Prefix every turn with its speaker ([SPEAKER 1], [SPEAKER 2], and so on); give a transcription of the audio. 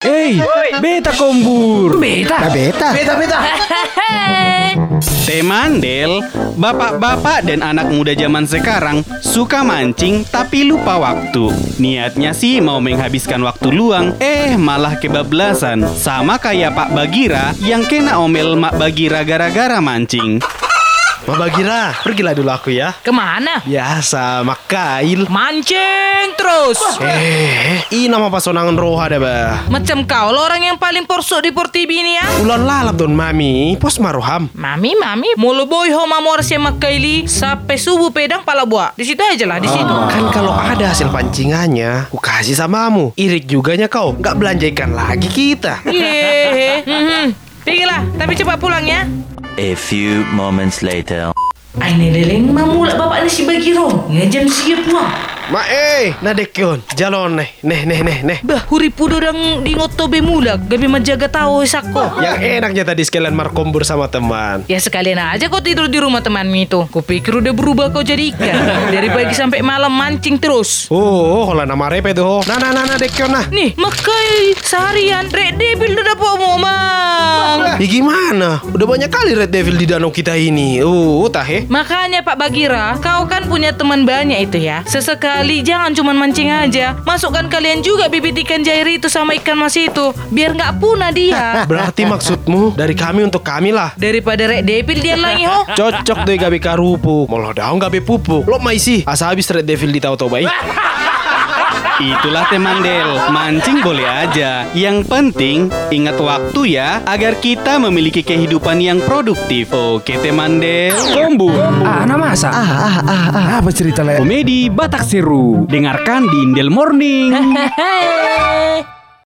[SPEAKER 1] Hey, beta kombur.
[SPEAKER 2] Beta.
[SPEAKER 3] beta.
[SPEAKER 2] Nah, Beta beta.
[SPEAKER 1] Temandel, bapak-bapak dan anak muda zaman sekarang suka mancing tapi lupa waktu. Niatnya sih mau menghabiskan waktu luang, eh malah kebablasan. Sama kayak Pak Bagira yang kena omel Mak Bagira gara-gara mancing.
[SPEAKER 2] Pak Bagira, pergilah dulu aku ya.
[SPEAKER 4] Kemana?
[SPEAKER 2] Biasa, makail.
[SPEAKER 4] Mancing terus.
[SPEAKER 2] Eh, ini nama pasonangan roha dah bah.
[SPEAKER 4] Macam kau lo orang yang paling porsuk di Portibi ini ya.
[SPEAKER 2] Ulan lalap don mami, pos maruham.
[SPEAKER 4] Mami, mami, mulu boy ho mamor sama Kaili sampai subuh pedang pala buah. Di situ aja lah, di situ.
[SPEAKER 2] Kan kalau ada hasil pancingannya, ku kasih samamu. Irik juganya kau, nggak belanja ikan lagi kita.
[SPEAKER 4] Yehe. Mhm. Pergilah, tapi cepat pulang ya.
[SPEAKER 5] A few moments later.
[SPEAKER 4] Aini leleng mamulak bapak ni si bagi rong. Ngejam siap pulang.
[SPEAKER 2] Ma eh, nadekion, jalon neh, neh, neh, neh, neh.
[SPEAKER 4] Bah, huri pudo dang di ngotobe mula. Gabi majaga tau eh, sako.
[SPEAKER 2] Yang enaknya tadi sekalian markombur sama teman.
[SPEAKER 4] Ya sekalian aja kau tidur di rumah temanmu itu. Kupikir udah berubah kau jadi ikan. Dari pagi sampai malam mancing terus.
[SPEAKER 2] Oh, kalau nama repe tuh. Nah, nah, nah, nah, dekion nah.
[SPEAKER 4] Nih, makai seharian Red Devil udah dapat mau mang.
[SPEAKER 2] Ya gimana? Udah banyak kali Red Devil di danau kita ini. Uh, tah eh.
[SPEAKER 4] Makanya Pak Bagira, kau kan punya teman banyak itu ya. Sesekali jangan cuman mancing aja. Masukkan kalian juga bibit ikan jair itu sama ikan mas itu, biar nggak punah dia.
[SPEAKER 2] Berarti maksudmu dari kami untuk kami lah.
[SPEAKER 4] Daripada Red Devil dia lagi ho.
[SPEAKER 2] Cocok deh gabi karupu. Molo daun gabi pupuk. Lo maisi. Asa habis Red Devil di tau baik.
[SPEAKER 1] Itulah Temandel, mancing boleh aja. Yang penting ingat waktu ya agar kita memiliki kehidupan yang produktif. Oke Temandel, kombur.
[SPEAKER 3] Ana masa. Ah, ah, ah, ah. Apa cerita lain?
[SPEAKER 1] Komedi Batak Seru. Dengarkan di Indel Morning.
[SPEAKER 4] Hehehe.